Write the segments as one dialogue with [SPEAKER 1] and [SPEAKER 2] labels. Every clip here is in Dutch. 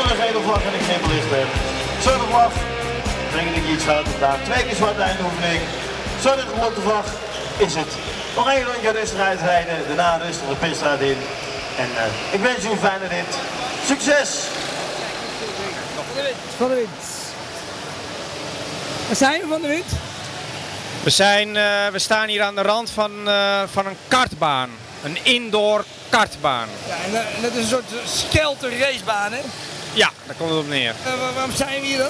[SPEAKER 1] zorgen dat ik geen balist ben. Zorg laf, breng ik iets uit gedaan. Twee keer zwart eindoefening. Zorg de vlag is het. Nog één rondje rustig uitrijden, daarna rustig de pitstraat in. En eh, ik wens u een fijne rit. Succes!
[SPEAKER 2] Van de Wind. Waar zijn we van de Wind?
[SPEAKER 3] We, zijn, eh, we staan hier aan de rand van, eh, van een kartbaan. Een indoor kartbaan.
[SPEAKER 2] Ja, en, eh, en dat is een soort eh, skelter racebaan, hè?
[SPEAKER 3] Ja, daar komt het op neer.
[SPEAKER 2] Eh, waar- Eh, waarom zijn we hier dan?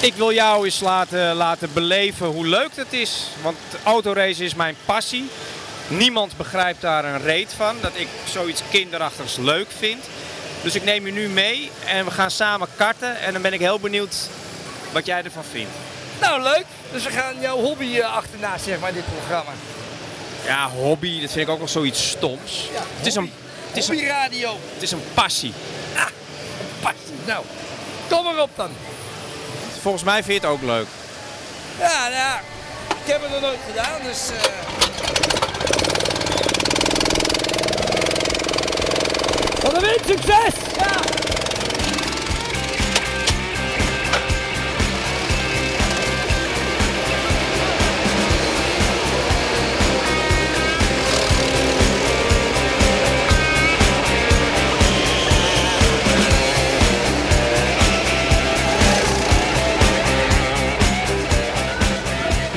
[SPEAKER 3] Ik wil jou eens laten, laten beleven hoe leuk dat is. Want autoracen is mijn passie. Niemand begrijpt daar een reet van. Dat ik zoiets kinderachtigs leuk vind. Dus ik neem je nu mee en we gaan samen karten. En dan ben ik heel benieuwd wat jij ervan vindt.
[SPEAKER 2] Nou, leuk. Dus we gaan jouw hobby eh, achterna, zeg maar, dit programma.
[SPEAKER 3] Ja, hobby, dat vind ik ook wel zoiets stoms.
[SPEAKER 2] Ja,
[SPEAKER 3] het, is een, het, is een,
[SPEAKER 2] Hobby radio.
[SPEAKER 3] het is een passie.
[SPEAKER 2] Passie. Nou, kom maar op dan.
[SPEAKER 3] Volgens mij vind je het ook leuk.
[SPEAKER 2] Ja, nou, ja, ik heb het nog nooit gedaan, dus... eh, Van de Wind, succes! Ja!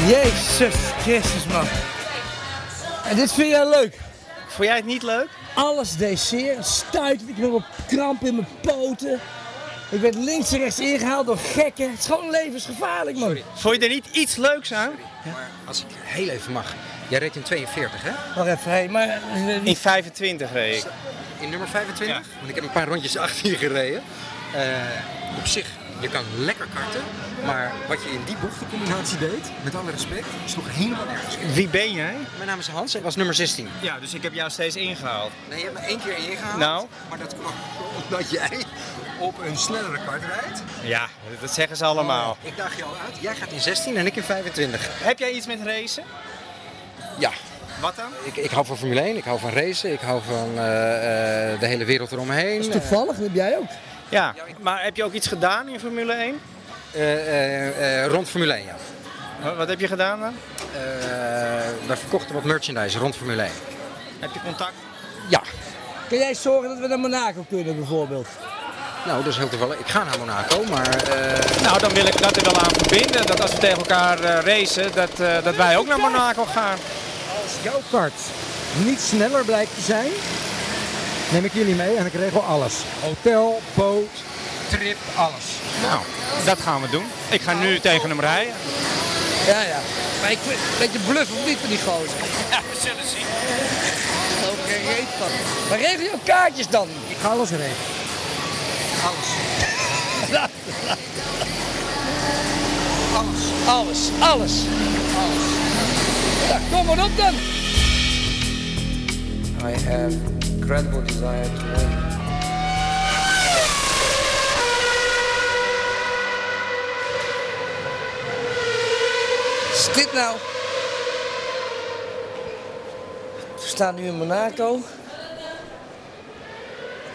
[SPEAKER 2] Jezus Christus, man. En dit vind jij leuk?
[SPEAKER 3] Vond jij het niet leuk?
[SPEAKER 2] Alles deed zeer. Een Stuit, ik heb een kramp in mijn poten. Ik werd links en rechts ingehaald door gekken. Het is gewoon levensgevaarlijk, man.
[SPEAKER 3] Vond je er niet iets leuks aan?
[SPEAKER 4] Maar als ik heel even mag. Jij reed in 42, hè?
[SPEAKER 2] Wacht even, hé, maar... eh,
[SPEAKER 3] In 25 reed ik.
[SPEAKER 4] In nummer 25? Want ik heb een paar rondjes achter je gereden. Eh, op zich, je kan lekker karten. Maar wat je in die bochtcombinatie deed, met alle respect, sloeg helemaal nergens in.
[SPEAKER 3] Wie ben jij?
[SPEAKER 4] Mijn naam is Hans, ik was nummer 16.
[SPEAKER 3] Ja, dus ik heb jou steeds ingehaald.
[SPEAKER 4] Nee, je hebt me één keer ingehaald.
[SPEAKER 3] Nou?
[SPEAKER 4] Maar dat kwam omdat jij op een snellere kart rijdt. Oh,
[SPEAKER 3] Ja, dat zeggen ze allemaal.
[SPEAKER 4] Ik daag je al uit. Jij gaat in 16 en ik in
[SPEAKER 3] Oh.
[SPEAKER 4] 25.
[SPEAKER 3] Heb jij iets met racen?
[SPEAKER 4] Ja,
[SPEAKER 3] Wat dan?
[SPEAKER 4] ik, ik hou van Formule 1, ik hou van racen, ik hou van eh, eh, de hele wereld eromheen.
[SPEAKER 2] Dat is toevallig, dat heb jij ook.
[SPEAKER 3] Ja, maar heb je ook iets gedaan in Formule 1?
[SPEAKER 4] Eh, eh, eh, rond Formule 1, ja.
[SPEAKER 3] Wat, wat heb je gedaan dan?
[SPEAKER 4] Eh, we verkochten wat merchandise rond Formule 1.
[SPEAKER 3] Heb je contact?
[SPEAKER 4] Ja,
[SPEAKER 2] Kun jij zorgen dat we naar Monaco kunnen, bijvoorbeeld?
[SPEAKER 4] nou dat is heel toevallig. Ik ga naar Monaco, maar eh,
[SPEAKER 3] Nou, dan wil ik dat er wel aan verbinden. Dat als we tegen elkaar eh, racen, dat, eh, dat wij ook naar Monaco gaan.
[SPEAKER 4] als jouw kart niet sneller blijkt te zijn, neem ik jullie mee en ik regel alles. Hotel, boot, trip, alles. Nou,
[SPEAKER 3] Dat gaan we doen. Ik ga nu tegen hem rijden.
[SPEAKER 2] Ja, ja. Maar ik vind een beetje bluff of niet van die gozer.
[SPEAKER 3] Ja, we zullen zien.
[SPEAKER 2] Ook geen reet van. Maar regel jouw kaartjes dan.
[SPEAKER 4] ik ga alles regelen. Alles. alles.
[SPEAKER 2] Alles, alles. Nou, kom maar op
[SPEAKER 5] I
[SPEAKER 2] dan.
[SPEAKER 4] eh,
[SPEAKER 5] have incredible desire to win.
[SPEAKER 2] Is dit nou? We staan nu in Monaco.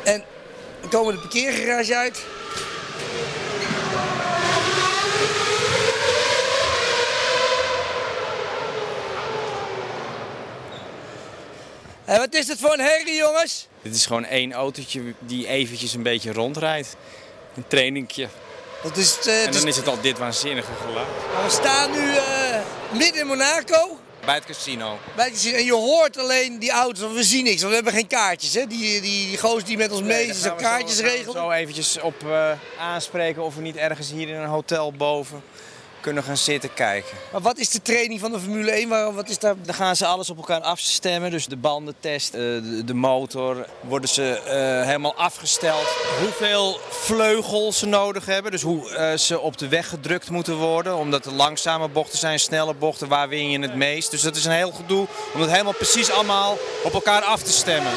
[SPEAKER 2] En we komen de parkeergarage uit. En wat is dit voor een herrie, jongens?
[SPEAKER 6] Dit is gewoon één autootje die eventjes een beetje rondrijdt. Een trainingje.
[SPEAKER 2] Dat is, het, eh,
[SPEAKER 6] En
[SPEAKER 2] het is-
[SPEAKER 6] dan is het al dit waanzinnige geluid.
[SPEAKER 2] We staan nu eh, midden in Monaco.
[SPEAKER 6] Bij het casino.
[SPEAKER 2] Wij zien- En je hoort alleen die auto's, want we zien niks, want we hebben geen kaartjes. Hè? Die, die, die gozer die met ons mee
[SPEAKER 3] Dan
[SPEAKER 2] is,
[SPEAKER 3] gaan
[SPEAKER 2] zijn
[SPEAKER 3] we zo-
[SPEAKER 2] kaartjes
[SPEAKER 3] gaan we
[SPEAKER 2] regelt.
[SPEAKER 3] Zo eventjes op eh, aanspreken of we niet ergens hier in een hotel boven kunnen gaan zitten kijken.
[SPEAKER 2] Maar wat is de training van de Formule 1? Waarom, wat is daar...
[SPEAKER 6] Dan gaan ze alles op elkaar afstemmen. Dus de bandentest, eh, de- de motor. Worden ze eh, helemaal afgesteld. Hoeveel vleugels ze nodig hebben. Dus hoe eh, ze op de weg gedrukt moeten worden. Omdat er langzame bochten zijn, snelle bochten. Waar win je het meest? Dus dat is een heel gedoe. Om dat helemaal precies allemaal op elkaar af te stemmen.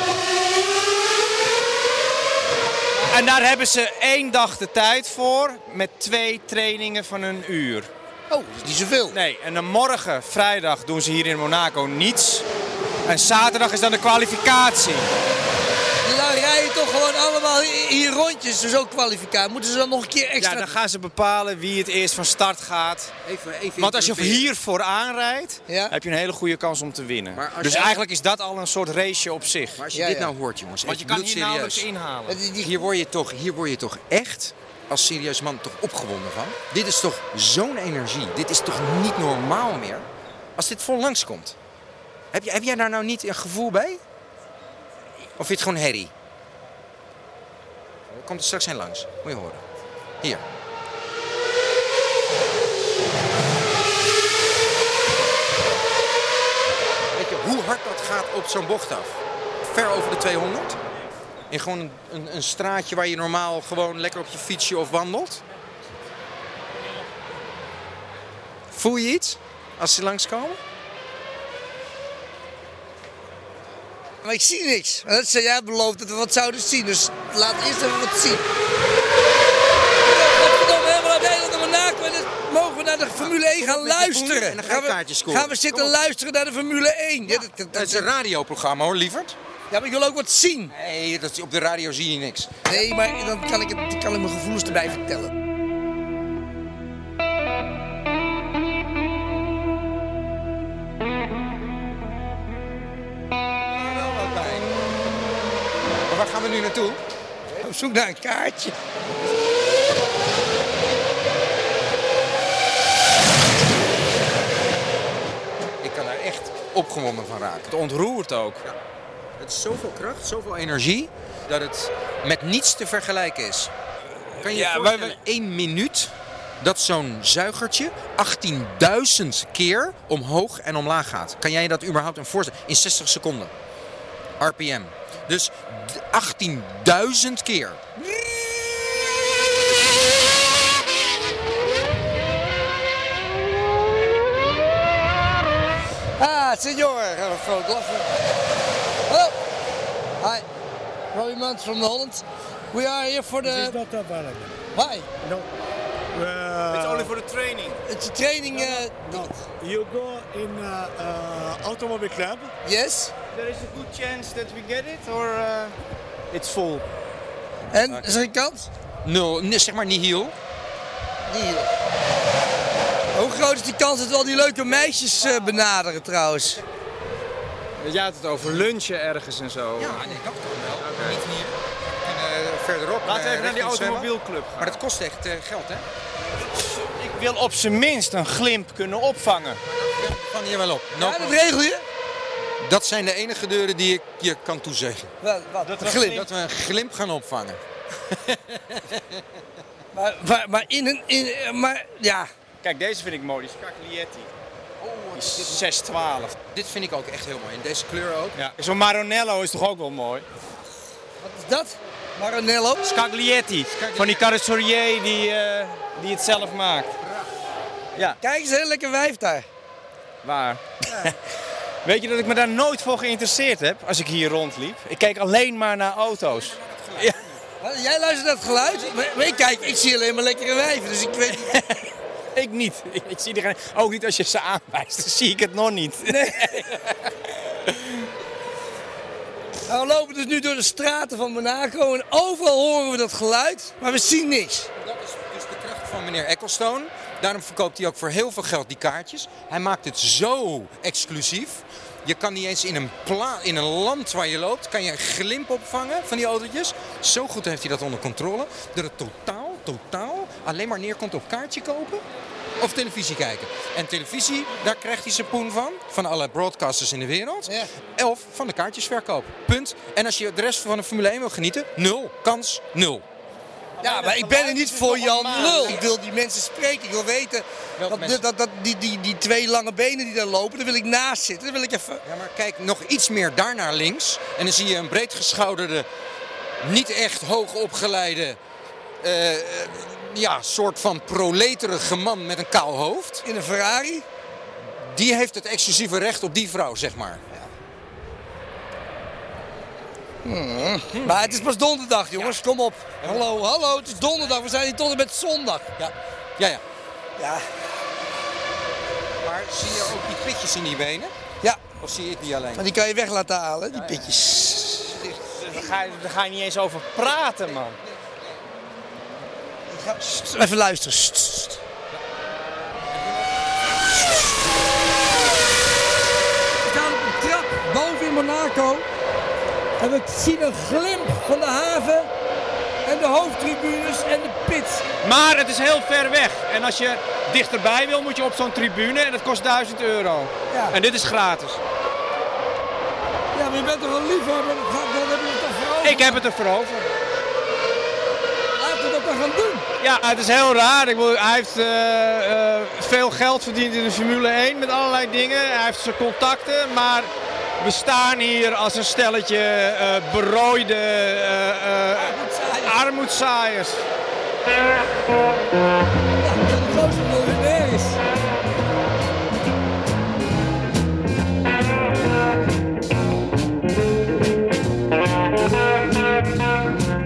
[SPEAKER 6] En daar hebben ze één dag de tijd voor. Met twee trainingen van een uur.
[SPEAKER 2] Oh, dat is niet zoveel.
[SPEAKER 6] Nee, en dan morgen, vrijdag, doen ze hier in Monaco niets. En zaterdag is dan de kwalificatie.
[SPEAKER 2] la- rijden toch gewoon allemaal hi- hier rondjes. Dus ook kwalificatie. Moeten ze dan nog een keer extra...
[SPEAKER 6] Ja, dan gaan ze bepalen wie het eerst van start gaat.
[SPEAKER 4] Even, even
[SPEAKER 6] Want als je
[SPEAKER 4] interrumperen.
[SPEAKER 6] hier vooraan rijdt,
[SPEAKER 2] Ja.
[SPEAKER 6] heb je een hele goede kans om te winnen.
[SPEAKER 4] Maar als
[SPEAKER 6] Dus
[SPEAKER 4] je-
[SPEAKER 6] eigenlijk is dat al een soort raceje op zich.
[SPEAKER 4] Maar als je
[SPEAKER 2] Ja,
[SPEAKER 4] dit
[SPEAKER 2] ja.
[SPEAKER 4] nou hoort, jongens.
[SPEAKER 6] Want je
[SPEAKER 4] echt
[SPEAKER 6] kan hier
[SPEAKER 4] bloedserieus.
[SPEAKER 6] nauwelijks inhalen.
[SPEAKER 2] Die- die-
[SPEAKER 4] Hier word, je toch, hier word je toch echt als serieus man toch opgewonden van? Dit is toch zo'n energie? Dit is toch niet normaal meer? Als dit vol langskomt. Heb, je, heb jij daar nou niet een gevoel bij? Of vind je het gewoon herrie? Er Komt er straks een langs. Moet je horen. Hier. Weet je hoe hard dat gaat op zo'n bocht af? Ver over de 200? In gewoon een, een, een straatje waar je normaal gewoon lekker op je fietsje of wandelt? Voel je iets als ze langskomen?
[SPEAKER 2] Maar ik zie niks. Maar Dat zei jij beloofd dat we wat zouden zien. Dus laat eerst even wat zien. Godverdomme, helemaal uit Nederland naar Monaco. En dan mogen we naar de Formule 1 gaan
[SPEAKER 4] met je
[SPEAKER 2] luisteren.
[SPEAKER 4] poen en dan ga je
[SPEAKER 2] gaan, we,
[SPEAKER 4] kaartjes scoren.
[SPEAKER 2] gaan we
[SPEAKER 4] Kom
[SPEAKER 2] zitten
[SPEAKER 4] op.
[SPEAKER 2] luisteren naar de Formule 1. Ja, dat- dat-
[SPEAKER 4] Dat is een radioprogramma hoor, lieverd.
[SPEAKER 2] ja, maar ik wil ook wat zien.
[SPEAKER 4] Nee, dat, op de radio zie je niks.
[SPEAKER 2] Nee, maar dan kan ik, het, kan ik mijn gevoelens erbij vertellen.
[SPEAKER 4] Maar waar gaan we nu naartoe?
[SPEAKER 2] Op Oh, zoek naar een kaartje.
[SPEAKER 4] Ik kan daar echt opgewonden van raken.
[SPEAKER 6] Het ontroert ook.
[SPEAKER 4] Het is zoveel kracht, zoveel energie, dat het met niets te vergelijken is. Kan je je
[SPEAKER 6] Ja, wij-
[SPEAKER 4] voorstellen, één minuut dat zo'n zuigertje 18.000 keer omhoog en omlaag gaat? Kan jij je dat überhaupt een voorstellen? In 60 seconden. RPM. Dus d- 18.000 keer.
[SPEAKER 2] Ah, senor. Gaan we vrolijk lachen. Hallo. Hi. Robbie Munt from the Holland. We are here for
[SPEAKER 7] It's
[SPEAKER 2] the...
[SPEAKER 7] not available.
[SPEAKER 2] Why?
[SPEAKER 7] No.
[SPEAKER 3] Het is
[SPEAKER 7] Uh,
[SPEAKER 3] only for the training.
[SPEAKER 2] It's a training... eh,
[SPEAKER 7] you go in uh, uh, automobile club.
[SPEAKER 2] yes?
[SPEAKER 3] There is a good chance that we get it or uh, it's full.
[SPEAKER 2] En, is er een kans?
[SPEAKER 4] Nul, nee, zeg maar nihil.
[SPEAKER 2] Hier. Hoe groot is die kans dat we al die leuke meisjes eh, benaderen trouwens?
[SPEAKER 6] Je had het over lunchen ergens en zo.
[SPEAKER 4] Ja, nee, dat kan wel. Niet hier. En, eh, verderop.
[SPEAKER 6] Laten we
[SPEAKER 4] eh,
[SPEAKER 6] even naar die
[SPEAKER 4] richting het zwembad.
[SPEAKER 6] automobielclub gaan.
[SPEAKER 4] Maar dat kost echt eh, geld, hè?
[SPEAKER 6] Ik wil op zijn minst een glimp kunnen opvangen.
[SPEAKER 4] Van hier wel op. Nou,
[SPEAKER 2] Ja, dat regel je?
[SPEAKER 4] Dat zijn de enige deuren die ik je kan toezeggen.
[SPEAKER 2] Wat? wat?
[SPEAKER 6] Dat
[SPEAKER 2] Een
[SPEAKER 6] was
[SPEAKER 2] glimp.
[SPEAKER 6] niet-
[SPEAKER 4] Dat we een glimp gaan opvangen.
[SPEAKER 2] Maar, maar, maar in een... In, eh, maar ja,
[SPEAKER 6] Kijk, deze vind ik mooi, die Scaglietti. Oh, 612.
[SPEAKER 4] Dit vind ik ook echt heel mooi. En deze kleur ook.
[SPEAKER 6] Ja. Zo'n Maronello is toch ook wel mooi?
[SPEAKER 2] wat is dat? Maranello?
[SPEAKER 6] Scaglietti, van die carrosserier die, eh, die het zelf maakt.
[SPEAKER 2] Kijk eens, heel lekker wijf daar.
[SPEAKER 6] Waar? Weet je dat ik me daar nooit voor geïnteresseerd heb als ik hier rondliep? Ik keek alleen maar naar auto's.
[SPEAKER 2] Wat, Jij luistert naar het geluid? Maar, maar ik kijk, ik zie alleen maar lekkere wijven, dus ik weet niet...
[SPEAKER 6] Ik niet. Ik, ik zie diegene, ook niet als je ze aanwijst, dan zie ik het nog niet.
[SPEAKER 2] Nou, we lopen dus nu door de straten van Monaco en overal horen we dat geluid, maar we zien niks.
[SPEAKER 4] Dat is dus de kracht van meneer Ecclestone. Daarom verkoopt hij ook voor heel veel geld die kaartjes. Hij maakt het zo exclusief. Je kan niet eens in een, pla- in een land waar je loopt, kan je een glimp opvangen van die autootjes. Zo goed heeft hij dat onder controle. Dat het totaal, totaal alleen maar neerkomt op kaartje kopen of televisie kijken. En televisie, daar krijgt hij zijn poen van. Van alle broadcasters in de wereld. Of van de kaartjesverkoop. Punt. En als je de rest van de Formule 1 wil genieten, nul. Kans, nul.
[SPEAKER 2] Ja, maar ik ben er niet voor Jan Lul. Ik wil die mensen spreken. Ik wil weten
[SPEAKER 4] Welke
[SPEAKER 2] dat,
[SPEAKER 4] mensen?
[SPEAKER 2] dat, dat, die, die, die twee lange benen die daar lopen, daar wil ik naast zitten. Daar wil ik even...
[SPEAKER 4] Ja, maar kijk nog iets meer daar naar links. En dan zie je een breedgeschouderde, niet echt hoogopgeleide. eh, eh, ja, soort van proleterige man met een kaal hoofd.
[SPEAKER 2] In een Ferrari?
[SPEAKER 4] Die heeft het exclusieve recht op die vrouw, zeg maar. Hmm.
[SPEAKER 2] Maar het is pas donderdag, jongens. Kom op. Hallo, hallo. Het is donderdag. We zijn hier tot en met zondag.
[SPEAKER 4] Ja, ja, ja.
[SPEAKER 2] Ja.
[SPEAKER 4] Maar zie je ook die pitjes in die benen?
[SPEAKER 2] Ja,
[SPEAKER 4] Of zie ik die alleen?
[SPEAKER 2] maar die kan je weg laten halen, die pitjes.
[SPEAKER 3] daar ga, je- daar ga je niet eens over praten, man.
[SPEAKER 2] Sst, Even luisteren. Sst, sst.
[SPEAKER 8] We staan op een trap boven in Monaco. En we zien een glimp van de haven. En de hoofdtribunes en de pits.
[SPEAKER 3] Maar het is heel ver weg. En als je dichterbij wil, moet je op zo'n tribune. En dat kost 1000 euro.
[SPEAKER 8] Ja.
[SPEAKER 3] En dit is gratis.
[SPEAKER 8] Ja, maar je bent toch een liefhebber? Dat gaat- Dat heb je toch voor over?
[SPEAKER 3] Ik heb het er voor over.
[SPEAKER 8] Laten we dat dan gaan doen.
[SPEAKER 3] Ja, het is heel raar. Ik bedoel, hij heeft eh, eh, veel geld verdiend in de Formule 1 met allerlei dingen. Hij heeft zijn contacten, maar we staan hier als een stelletje eh, berooide eh, eh, armoedzaaiers.
[SPEAKER 8] Ja, dat is zo zo'n miljonair is.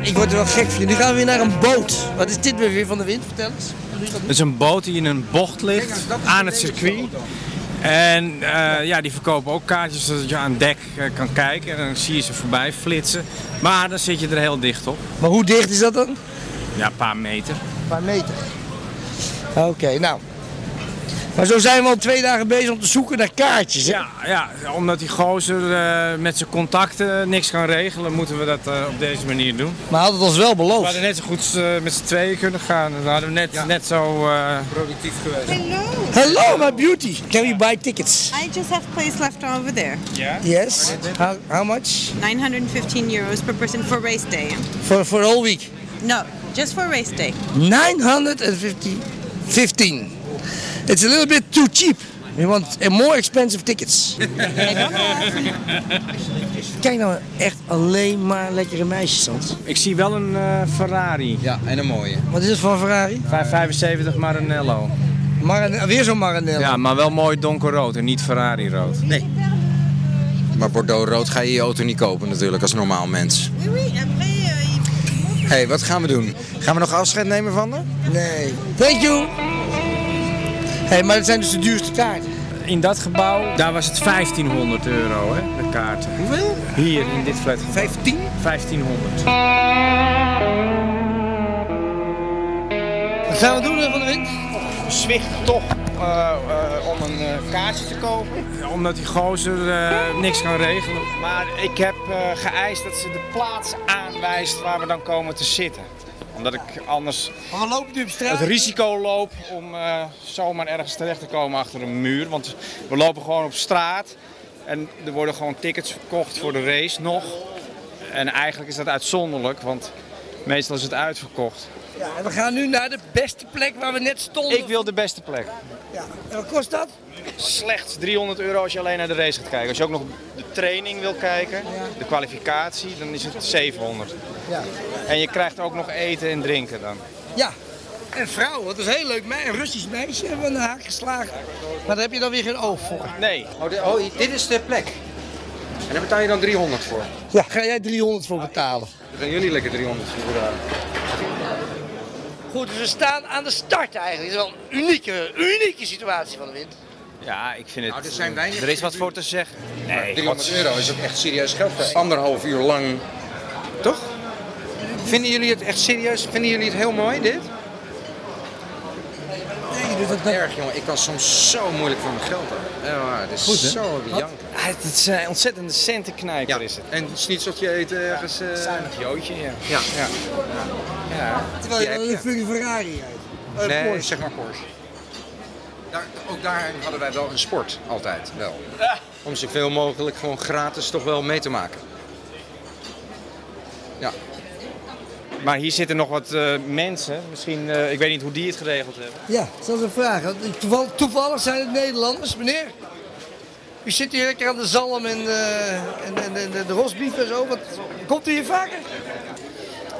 [SPEAKER 2] Ik word er wel gek van. Nu gaan we weer naar een boot. Wat is dit weer van de wind? Vertel eens.
[SPEAKER 6] Het is een boot die in een bocht ligt aan het circuit. En eh, ja, die verkopen ook kaartjes zodat je aan dek eh, kan kijken. En dan zie je ze voorbij flitsen. Maar dan zit je er heel dicht op.
[SPEAKER 2] Maar hoe dicht is dat dan? Een
[SPEAKER 6] Ja, een paar meter.
[SPEAKER 2] paar meter. Oké, nou. Maar zo zijn we al twee dagen bezig om te zoeken naar kaartjes. hè?
[SPEAKER 6] Ja, ja omdat die gozer eh, met zijn contacten niks kan regelen, moeten we dat eh, op deze manier doen.
[SPEAKER 2] Maar hij had het ons wel
[SPEAKER 6] We
[SPEAKER 2] beloofd.
[SPEAKER 6] hadden net zo goed eh, met z'n tweeën kunnen gaan. Dan hadden we net, net zo... eh,
[SPEAKER 4] Productief geweest.
[SPEAKER 9] Hello.
[SPEAKER 2] Hello, my beauty. Can we buy tickets?
[SPEAKER 9] I just have place left over there.
[SPEAKER 2] Yes. How, how much?
[SPEAKER 9] 915 euros per person for race day.
[SPEAKER 2] For, for all week.
[SPEAKER 9] No, just for race day.
[SPEAKER 2] 915. 15. It's a little bit too cheap. We want a more expensive tickets.
[SPEAKER 9] I don't have.
[SPEAKER 2] Kijk nou, echt alleen maar lekkere meisjes, Hans.
[SPEAKER 6] ik zie wel een eh, Ferrari.
[SPEAKER 4] Ja, en een mooie.
[SPEAKER 2] Wat is het voor een Ferrari?
[SPEAKER 6] 575 Maranello.
[SPEAKER 2] Maran- weer zo'n Maranello.
[SPEAKER 6] Ja, maar wel mooi donkerrood en niet Ferrari-rood.
[SPEAKER 4] Maar Bordeaux-rood ga je je auto niet kopen natuurlijk als normaal mens.
[SPEAKER 9] Oui, oui, après, euh, il
[SPEAKER 4] Hé, hey, wat gaan we doen? Gaan we nog afscheid nemen van haar?
[SPEAKER 2] Nee. Thank you. hey, maar dat zijn dus de duurste kaarten.
[SPEAKER 6] In dat gebouw, daar was het 1500 euro, hè, de kaarten. Hoeveel? Hier, in dit flat.
[SPEAKER 2] 15?
[SPEAKER 6] 1500.
[SPEAKER 2] Wat gaan we doen van de wind?
[SPEAKER 3] Zwicht toch eh, om een eh, kaartje te kopen.
[SPEAKER 6] Omdat die gozer eh, niks kan regelen.
[SPEAKER 3] Maar ik heb eh, geëist dat ze de plaats aanwijst waar we dan komen te zitten. Omdat ik anders
[SPEAKER 2] Maar we lopen nu op straat.
[SPEAKER 3] het risico loop om eh, zomaar ergens terecht te komen achter een muur. Want we lopen gewoon op straat en er worden gewoon tickets verkocht voor de race nog. En eigenlijk is dat uitzonderlijk, want meestal is het uitverkocht.
[SPEAKER 2] Ja, en we gaan nu naar de beste plek waar we net stonden.
[SPEAKER 3] Ik wil de beste plek.
[SPEAKER 2] Ja. En wat kost dat?
[SPEAKER 3] Slechts 300 euro als je alleen naar de race gaat kijken. Als je ook nog de training wil kijken, de kwalificatie, dan is het 700.
[SPEAKER 2] Ja.
[SPEAKER 3] En je krijgt ook nog eten en drinken dan.
[SPEAKER 2] Ja. En vrouw, dat is een heel leuk meisje. Een Russisch meisje hebben we aan de haak geslagen. Maar daar heb je dan weer geen oog voor.
[SPEAKER 3] Nee,
[SPEAKER 4] Oh, di- oh, dit is de plek. En daar betaal je dan 300 voor.
[SPEAKER 2] Ja. Ga jij 300 voor betalen?
[SPEAKER 4] Dan gaan jullie lekker 300 voor betalen.
[SPEAKER 2] Goed, dus we staan aan de start eigenlijk. Het is wel een unieke, unieke situatie van de wind.
[SPEAKER 3] ja, ik vind het.
[SPEAKER 4] Nou, er zijn weinig
[SPEAKER 3] er is wat voor te zeggen. Nee,
[SPEAKER 4] 300 euro is ook echt serieus geld voor anderhalf uur lang. Toch? Vinden jullie het echt serieus? Vinden jullie het heel mooi, dit?
[SPEAKER 2] Nee, dus dat
[SPEAKER 4] Erg, jongen. Ik kan soms zo moeilijk voor mijn geld hebben. Ja, maar het is zo janken.
[SPEAKER 3] Ah, Het is een ontzettende centenknijper is het.
[SPEAKER 4] En snitseltje eten ergens... eh,
[SPEAKER 3] Zuinig joodje, ja.
[SPEAKER 4] ja. ja.
[SPEAKER 2] Terwijl je
[SPEAKER 4] Ja,
[SPEAKER 2] dan
[SPEAKER 4] ja.
[SPEAKER 2] een fucking Ferrari rijdt.
[SPEAKER 4] nee, zeg maar Eh, Porsche. Daar, ook daarin hadden wij wel een sport, altijd wel. Om zoveel mogelijk gewoon gratis toch wel mee te maken.
[SPEAKER 3] Maar hier zitten nog wat eh, mensen. Misschien, eh, ik weet niet hoe die het geregeld hebben.
[SPEAKER 2] Ja, dat is een vraag. Want toeval- toevallig zijn het Nederlanders, meneer. U zit hier lekker aan de zalm en, eh, en, en, en de rosbief en zo. Wat, komt u hier vaker?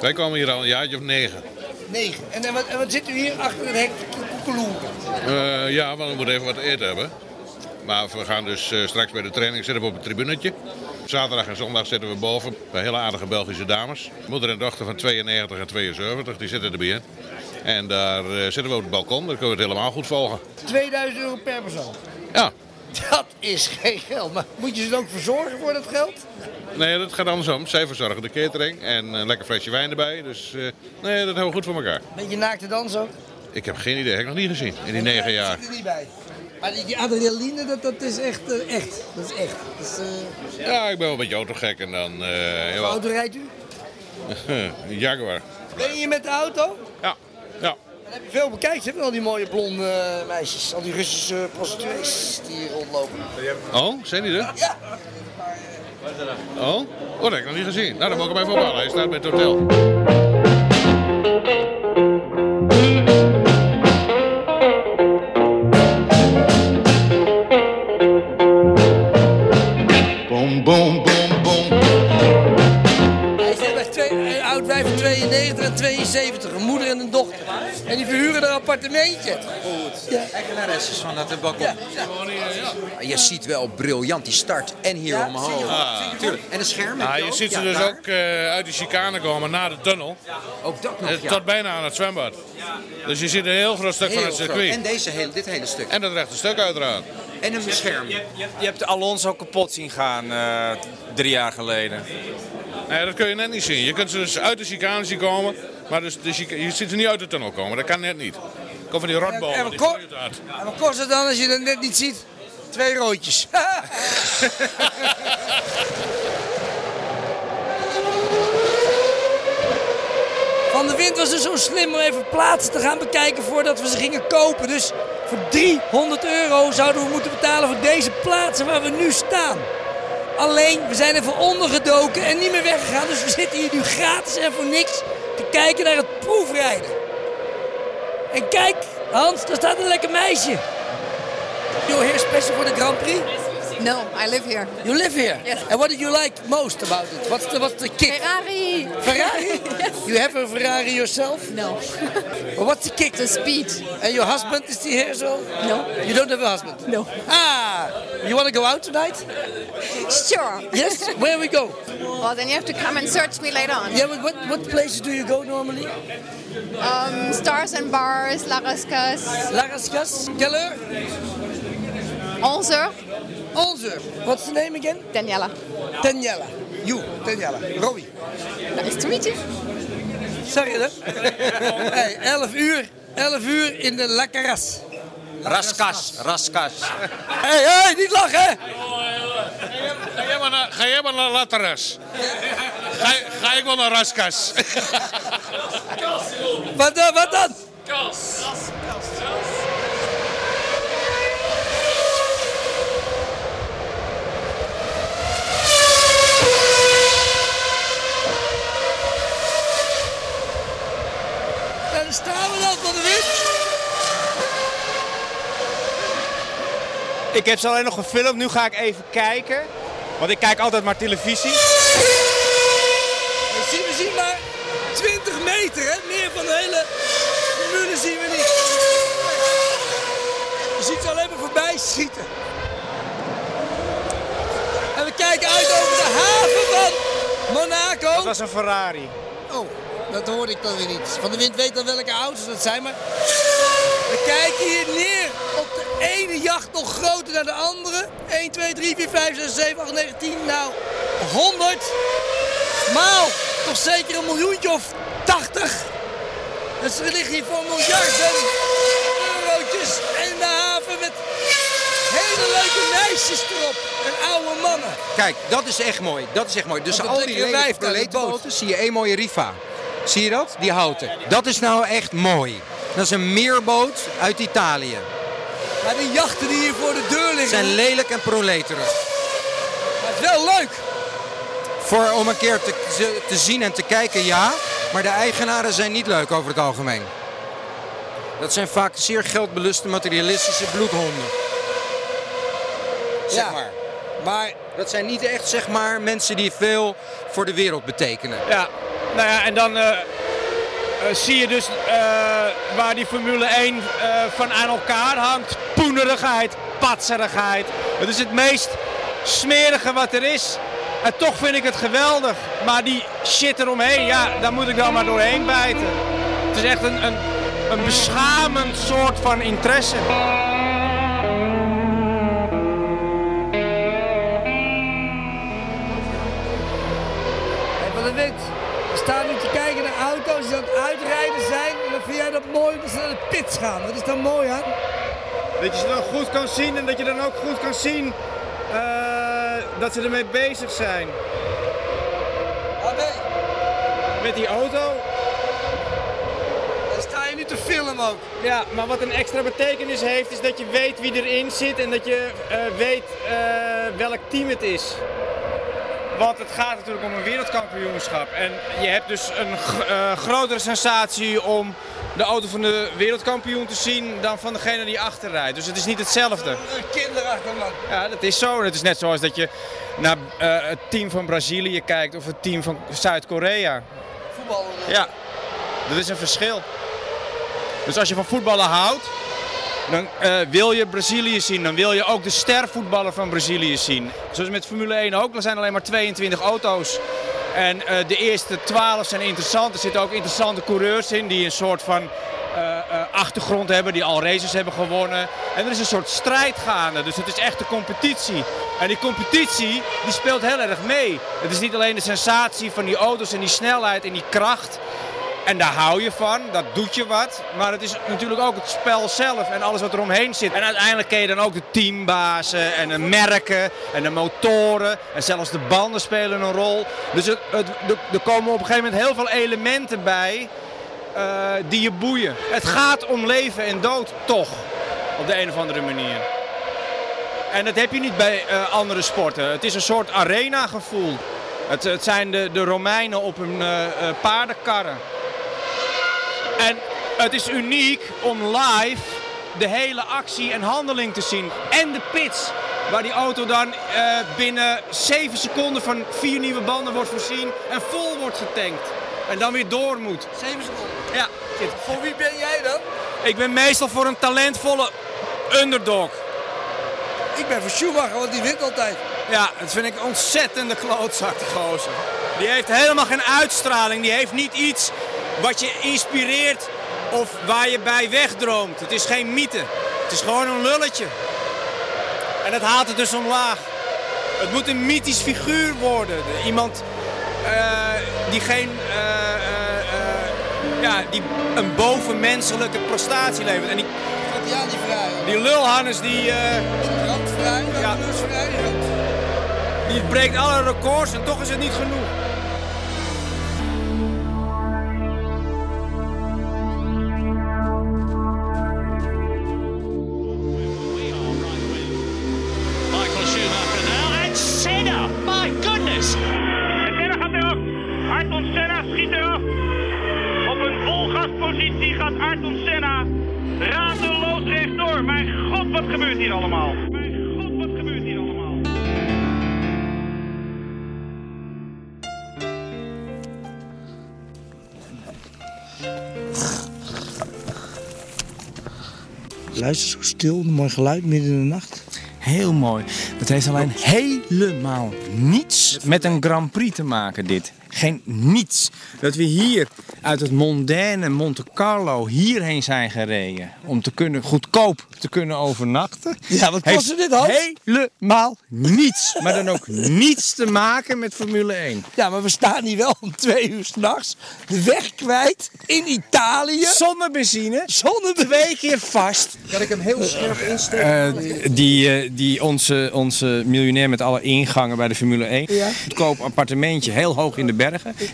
[SPEAKER 10] Wij komen hier al een jaartje of negen.
[SPEAKER 2] Negen. En, en, wat, en wat zit u hier achter het hek te koekeloeren?
[SPEAKER 10] Eh, ja, want we moeten even wat eten hebben. Maar we gaan dus eh, straks bij de training zitten we op het tribunetje. Zaterdag en zondag zitten we boven bij hele aardige Belgische dames. Moeder en dochter van 92 en 72, die zitten erbij in. En daar eh, zitten we op het balkon, daar kunnen we het helemaal goed volgen.
[SPEAKER 2] 2000 euro per persoon.
[SPEAKER 10] Ja,
[SPEAKER 2] Dat is geen geld. Maar moet je ze dan ook verzorgen voor dat geld?
[SPEAKER 10] Nee, dat gaat andersom. Zij verzorgen de catering en een lekker flesje wijn erbij. Dus eh, nee, dat hebben we goed voor elkaar.
[SPEAKER 2] Beetje naakte dans ook.
[SPEAKER 10] Ik heb geen idee, heb ik nog niet gezien in die negen jaar.
[SPEAKER 2] Zit er niet bij. Maar die, die adrenaline, dat, dat is echt, eh, echt. Dat is echt. Dat is, eh,
[SPEAKER 10] Ja, ik ben wel een beetje autogek en dan... eh
[SPEAKER 2] Hoe
[SPEAKER 10] jawel.
[SPEAKER 2] auto rijdt u?
[SPEAKER 10] Jaguar.
[SPEAKER 2] Ben je met de auto?
[SPEAKER 10] Ja. ja.
[SPEAKER 2] Dan heb je veel bekijkt, hè, met al die mooie blonde eh, meisjes. Al die Russische prostituees die hier rondlopen.
[SPEAKER 10] Oh, zijn die er?
[SPEAKER 2] Ja.
[SPEAKER 10] Oh? Oh, dat heb ik nog niet gezien. Nou, dan moet ik hem even ophalen. Hij staat bij het hotel.
[SPEAKER 11] Boom, boom, boom, boom.
[SPEAKER 2] Hij zit bij twee, een oud wijf van 92 en 72, een moeder en een dochter. En die verhuren een appartementje. Goed. Ja.
[SPEAKER 4] Eigenaresses van dat eh, balkon.
[SPEAKER 2] Ja.
[SPEAKER 4] Maar Je ziet wel briljant die start en hier
[SPEAKER 10] Ja,
[SPEAKER 4] omhoog.
[SPEAKER 10] zie je wel.
[SPEAKER 4] Ah.
[SPEAKER 10] Zie je wel.
[SPEAKER 4] Tuurlijk. En de schermen.
[SPEAKER 10] Nou, je ziet ze dus ook eh, uit die chicane komen na de tunnel.
[SPEAKER 4] Ook dat nog,
[SPEAKER 10] Eh,
[SPEAKER 4] ja.
[SPEAKER 10] Tot bijna aan het zwembad. Dus je ziet een heel groot stuk van
[SPEAKER 4] Heel
[SPEAKER 10] het
[SPEAKER 4] groot.
[SPEAKER 10] circuit.
[SPEAKER 4] En deze hele, dit hele stuk.
[SPEAKER 10] En dat rechte stuk uiteraard.
[SPEAKER 4] En een scherm.
[SPEAKER 6] Je, je, je hebt Alonso kapot zien gaan eh, drie jaar geleden.
[SPEAKER 10] Nee, dat kun je net niet zien. Je kunt ze dus uit de chicane zien komen, maar dus de chica- je ziet ze niet uit de tunnel komen. Dat kan net niet. Kom van die rotbomen.
[SPEAKER 2] En
[SPEAKER 10] die
[SPEAKER 2] wat ko-
[SPEAKER 10] groeien daar.
[SPEAKER 2] en wat kost het dan als je dat net niet ziet? Twee roodjes. Van de Wind was er zo slim om even plaatsen te gaan bekijken voordat we ze gingen kopen. Dus voor 300 euro zouden we moeten betalen voor deze plaatsen waar we nu staan. Alleen, we zijn even ondergedoken en niet meer weggegaan. Dus we zitten hier nu gratis en voor niks te kijken naar het proefrijden. En kijk, Hans, daar staat een lekker meisje. You're here special for the Grand Prix?
[SPEAKER 12] No, I live here.
[SPEAKER 2] You live here?
[SPEAKER 12] Yes.
[SPEAKER 2] And what do you like most about it? What's the, what's the kick?
[SPEAKER 12] Ferrari.
[SPEAKER 2] Ferrari? You have a Ferrari yourself?
[SPEAKER 12] No.
[SPEAKER 2] Well, what's the kick? The speed. And your husband is he here as well? No. You don't have a husband? No. Ah, you want to go out tonight?
[SPEAKER 12] Sure.
[SPEAKER 2] Yes. Where we go?
[SPEAKER 12] Well, then you have to come and search me later on.
[SPEAKER 2] Yeah, but what, what places do you go normally?
[SPEAKER 12] Um, stars and bars, Larascas.
[SPEAKER 2] Larascas? Quelle heure?
[SPEAKER 12] 11
[SPEAKER 2] Onze. What's the name again?
[SPEAKER 12] Daniela.
[SPEAKER 2] Daniela. You, Daniela. Robbie.
[SPEAKER 12] Nice to meet you.
[SPEAKER 2] Zeg je dat? hey, 11 uur. 11 uur in de La Caras.
[SPEAKER 6] Raskas, raskas.
[SPEAKER 2] Hé, hey, hey, niet lachen!
[SPEAKER 10] Ga jij maar naar, ga jij maar naar Lateras. Ga, ga ik wel naar Raskas.
[SPEAKER 2] Wat dan? Wat dan? Daar staan we dan van de wind.
[SPEAKER 3] Ik heb ze alleen nog gefilmd, nu ga ik even kijken. Want ik kijk altijd maar televisie.
[SPEAKER 2] We zien, we zien maar 20 meter, hè? Meer van de hele formule zien we niet. Je ziet ze alleen maar voorbij schieten. En we kijken uit over de haven van Monaco. Dat
[SPEAKER 3] was een Ferrari.
[SPEAKER 2] Oh, dat hoorde ik dan weer niet. Van de Wind weet dan welke auto's dat zijn, maar... We kijken hier neer op de ene jacht nog groter dan de andere. 1, 2, 3, 4, 5, 6, 7, 8, 9, 10, nou 100. Maal toch zeker een miljoentje of 80. Dus er ligt hier voor miljarden eurotjes en de haven met hele leuke meisjes erop en oude mannen.
[SPEAKER 4] Kijk, dat is echt mooi. Dat is echt mooi. Dus
[SPEAKER 2] Dat
[SPEAKER 4] al die
[SPEAKER 2] lekkere
[SPEAKER 4] lelijke
[SPEAKER 2] wijf daar, die boot.
[SPEAKER 4] proletenboten zie je één mooie Riva. Zie je dat? Die houten. Dat is nou echt mooi. Dat is een meerboot uit Italië.
[SPEAKER 2] Maar de jachten die hier voor de deur liggen...
[SPEAKER 4] Zijn lelijk en proleterig.
[SPEAKER 2] Maar het is wel leuk.
[SPEAKER 4] Voor om een keer te, te, te zien en te kijken, ja. Maar de eigenaren zijn niet leuk over het algemeen. Dat zijn vaak zeer geldbeluste materialistische bloedhonden. Zeg maar.
[SPEAKER 2] Maar
[SPEAKER 4] dat zijn niet echt zeg maar, mensen die veel voor de wereld betekenen.
[SPEAKER 3] Ja, nou ja, en dan eh, eh, zie je dus eh, waar die Formule 1 eh, van aan elkaar hangt. Poenerigheid, patserigheid. Het is het meest smerige wat er is. En toch vind ik het geweldig. Maar die shit eromheen, ja, daar moet ik dan maar doorheen bijten. Het is echt een, een, een beschamend soort van interesse.
[SPEAKER 8] dat niet. We staan nu te kijken naar auto's die aan het uitrijden zijn. En dan vind jij dat mooi dat ze naar de pits gaan. Wat is daar mooi aan?
[SPEAKER 13] Dat je ze dan goed kan zien en dat je dan ook goed kan zien eh, dat ze ermee bezig zijn. Met die auto. Dan sta je nu te filmen ook. Ja, maar wat een extra betekenis heeft is dat je weet wie erin zit en dat je eh, weet eh, welk team het is.
[SPEAKER 3] Want het gaat natuurlijk om een wereldkampioenschap. En je hebt dus een g- eh, grotere sensatie om de auto van de wereldkampioen te zien dan van degene die achterrijdt. Dus het is niet hetzelfde.
[SPEAKER 8] Kinderachtig man.
[SPEAKER 3] Ja, dat is zo. Het is net zoals dat je naar eh, het team van Brazilië kijkt of het team van Zuid-Korea.
[SPEAKER 8] Voetballen.
[SPEAKER 3] Ja, dat is een verschil. Dus als je van voetballen houdt, dan eh, wil je Brazilië zien. Dan wil je ook de stervoetballer van Brazilië zien. Zoals met Formule 1 ook, er zijn alleen maar 22 auto's. En eh, de eerste 12 zijn interessant. Er zitten ook interessante coureurs in die een soort van eh, eh, achtergrond hebben, die al races hebben gewonnen. En er is een soort strijd gaande, dus het is echt een competitie. En die competitie die speelt heel erg mee. Het is niet alleen de sensatie van die auto's en die snelheid en die kracht. En daar hou je van, dat doet je wat. Maar het is natuurlijk ook het spel zelf en alles wat er omheen zit. En uiteindelijk ken je dan ook de teambazen en de merken en de motoren. En zelfs de banden spelen een rol. Dus het, het- er- er komen op een gegeven moment heel veel elementen bij eh, die je boeien. Het gaat om leven en dood, toch. Op de een of andere manier. En dat heb je niet bij eh, andere sporten. Het is een soort arena-gevoel. Het, het zijn de, de Romeinen op hun eh, eh, paardenkarren. En het is uniek om live de hele actie en handeling te zien. En de pits, waar die auto dan eh, binnen 7 seconden van vier nieuwe banden wordt voorzien en vol wordt getankt. En dan weer door moet.
[SPEAKER 8] 7 seconden?
[SPEAKER 3] Ja.
[SPEAKER 8] Voor wie ben jij dan?
[SPEAKER 3] Ik ben meestal voor een talentvolle underdog.
[SPEAKER 8] Ik ben voor Schumacher, want die wint altijd.
[SPEAKER 3] Ja, dat vind ik een ontzettende klootzak, die gozer. Die heeft helemaal geen uitstraling. Die heeft niet iets wat je inspireert of waar je bij wegdroomt. Het is geen mythe. Het is gewoon een lulletje. En dat haalt het dus omlaag. Het moet een mythisch figuur worden. Iemand eh, die geen... eh, eh, eh, ja, die een bovenmenselijke prestatie levert. En die,
[SPEAKER 8] ja, die vrij.
[SPEAKER 3] Die lulhannes die... eh
[SPEAKER 8] Randvrij, ja.
[SPEAKER 3] die breekt alle records en toch is het niet genoeg.
[SPEAKER 14] Michael Schumacher now, and Senna! My goodness! Senna gaat eraf! Ayrton Senna schiet eraf! Op een volgaspositie gaat Ayrton Senna radeloos rechtdoor. Mijn god, wat gebeurt hier allemaal?
[SPEAKER 15] Luister zo stil, een mooi geluid midden in de nacht.
[SPEAKER 6] Heel mooi. Het heeft alleen helemaal niets met een Grand Prix te maken, dit. Geen niets. Dat we hier uit het mondaine Monte Carlo hierheen zijn gereden. Om te kunnen, goedkoop te kunnen overnachten.
[SPEAKER 8] Ja, wat kostte
[SPEAKER 6] Heeft
[SPEAKER 8] dit, Hans?
[SPEAKER 6] helemaal niets. Maar dan ook niets te maken met Formule 1.
[SPEAKER 8] Ja, maar we staan hier wel om twee uur s'nachts. De weg kwijt in Italië.
[SPEAKER 6] Zonder benzine.
[SPEAKER 8] Zonder
[SPEAKER 6] Twee keer vast.
[SPEAKER 8] Kan ik hem heel scherp insteken?
[SPEAKER 6] Eh, die, eh, die onze, onze miljonair met alle ingangen bij de Formule 1.
[SPEAKER 8] Ja.
[SPEAKER 6] Goedkoop appartementje, heel hoog in de bergen.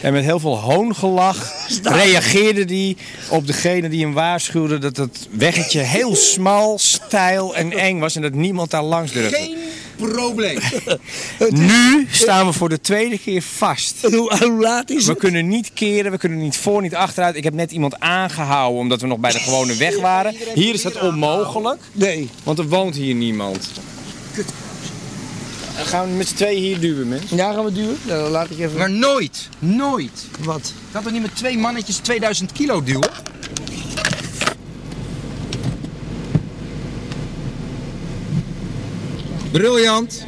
[SPEAKER 6] En met heel veel hoongelach reageerde die op degene die hem waarschuwde dat dat weggetje heel smal, steil en eng was. En dat niemand daar langs durfde.
[SPEAKER 8] probleem.
[SPEAKER 6] Nu staan we voor de tweede keer vast.
[SPEAKER 8] Hoe, laat is
[SPEAKER 6] we kunnen niet keren, we kunnen niet voor, niet achteruit. Ik heb net iemand aangehouden omdat we nog bij de gewone weg waren. Hier is dat onmogelijk.
[SPEAKER 8] Nee.
[SPEAKER 6] Want er woont hier niemand. Gaan we met z'n tweeën hier duwen, man?
[SPEAKER 8] Ja, gaan we duwen. Nou, Dan laat ik even...
[SPEAKER 4] Maar nooit, nooit.
[SPEAKER 8] Wat?
[SPEAKER 4] Gaat toch niet met twee mannetjes 2000 kilo duwen? Briljant.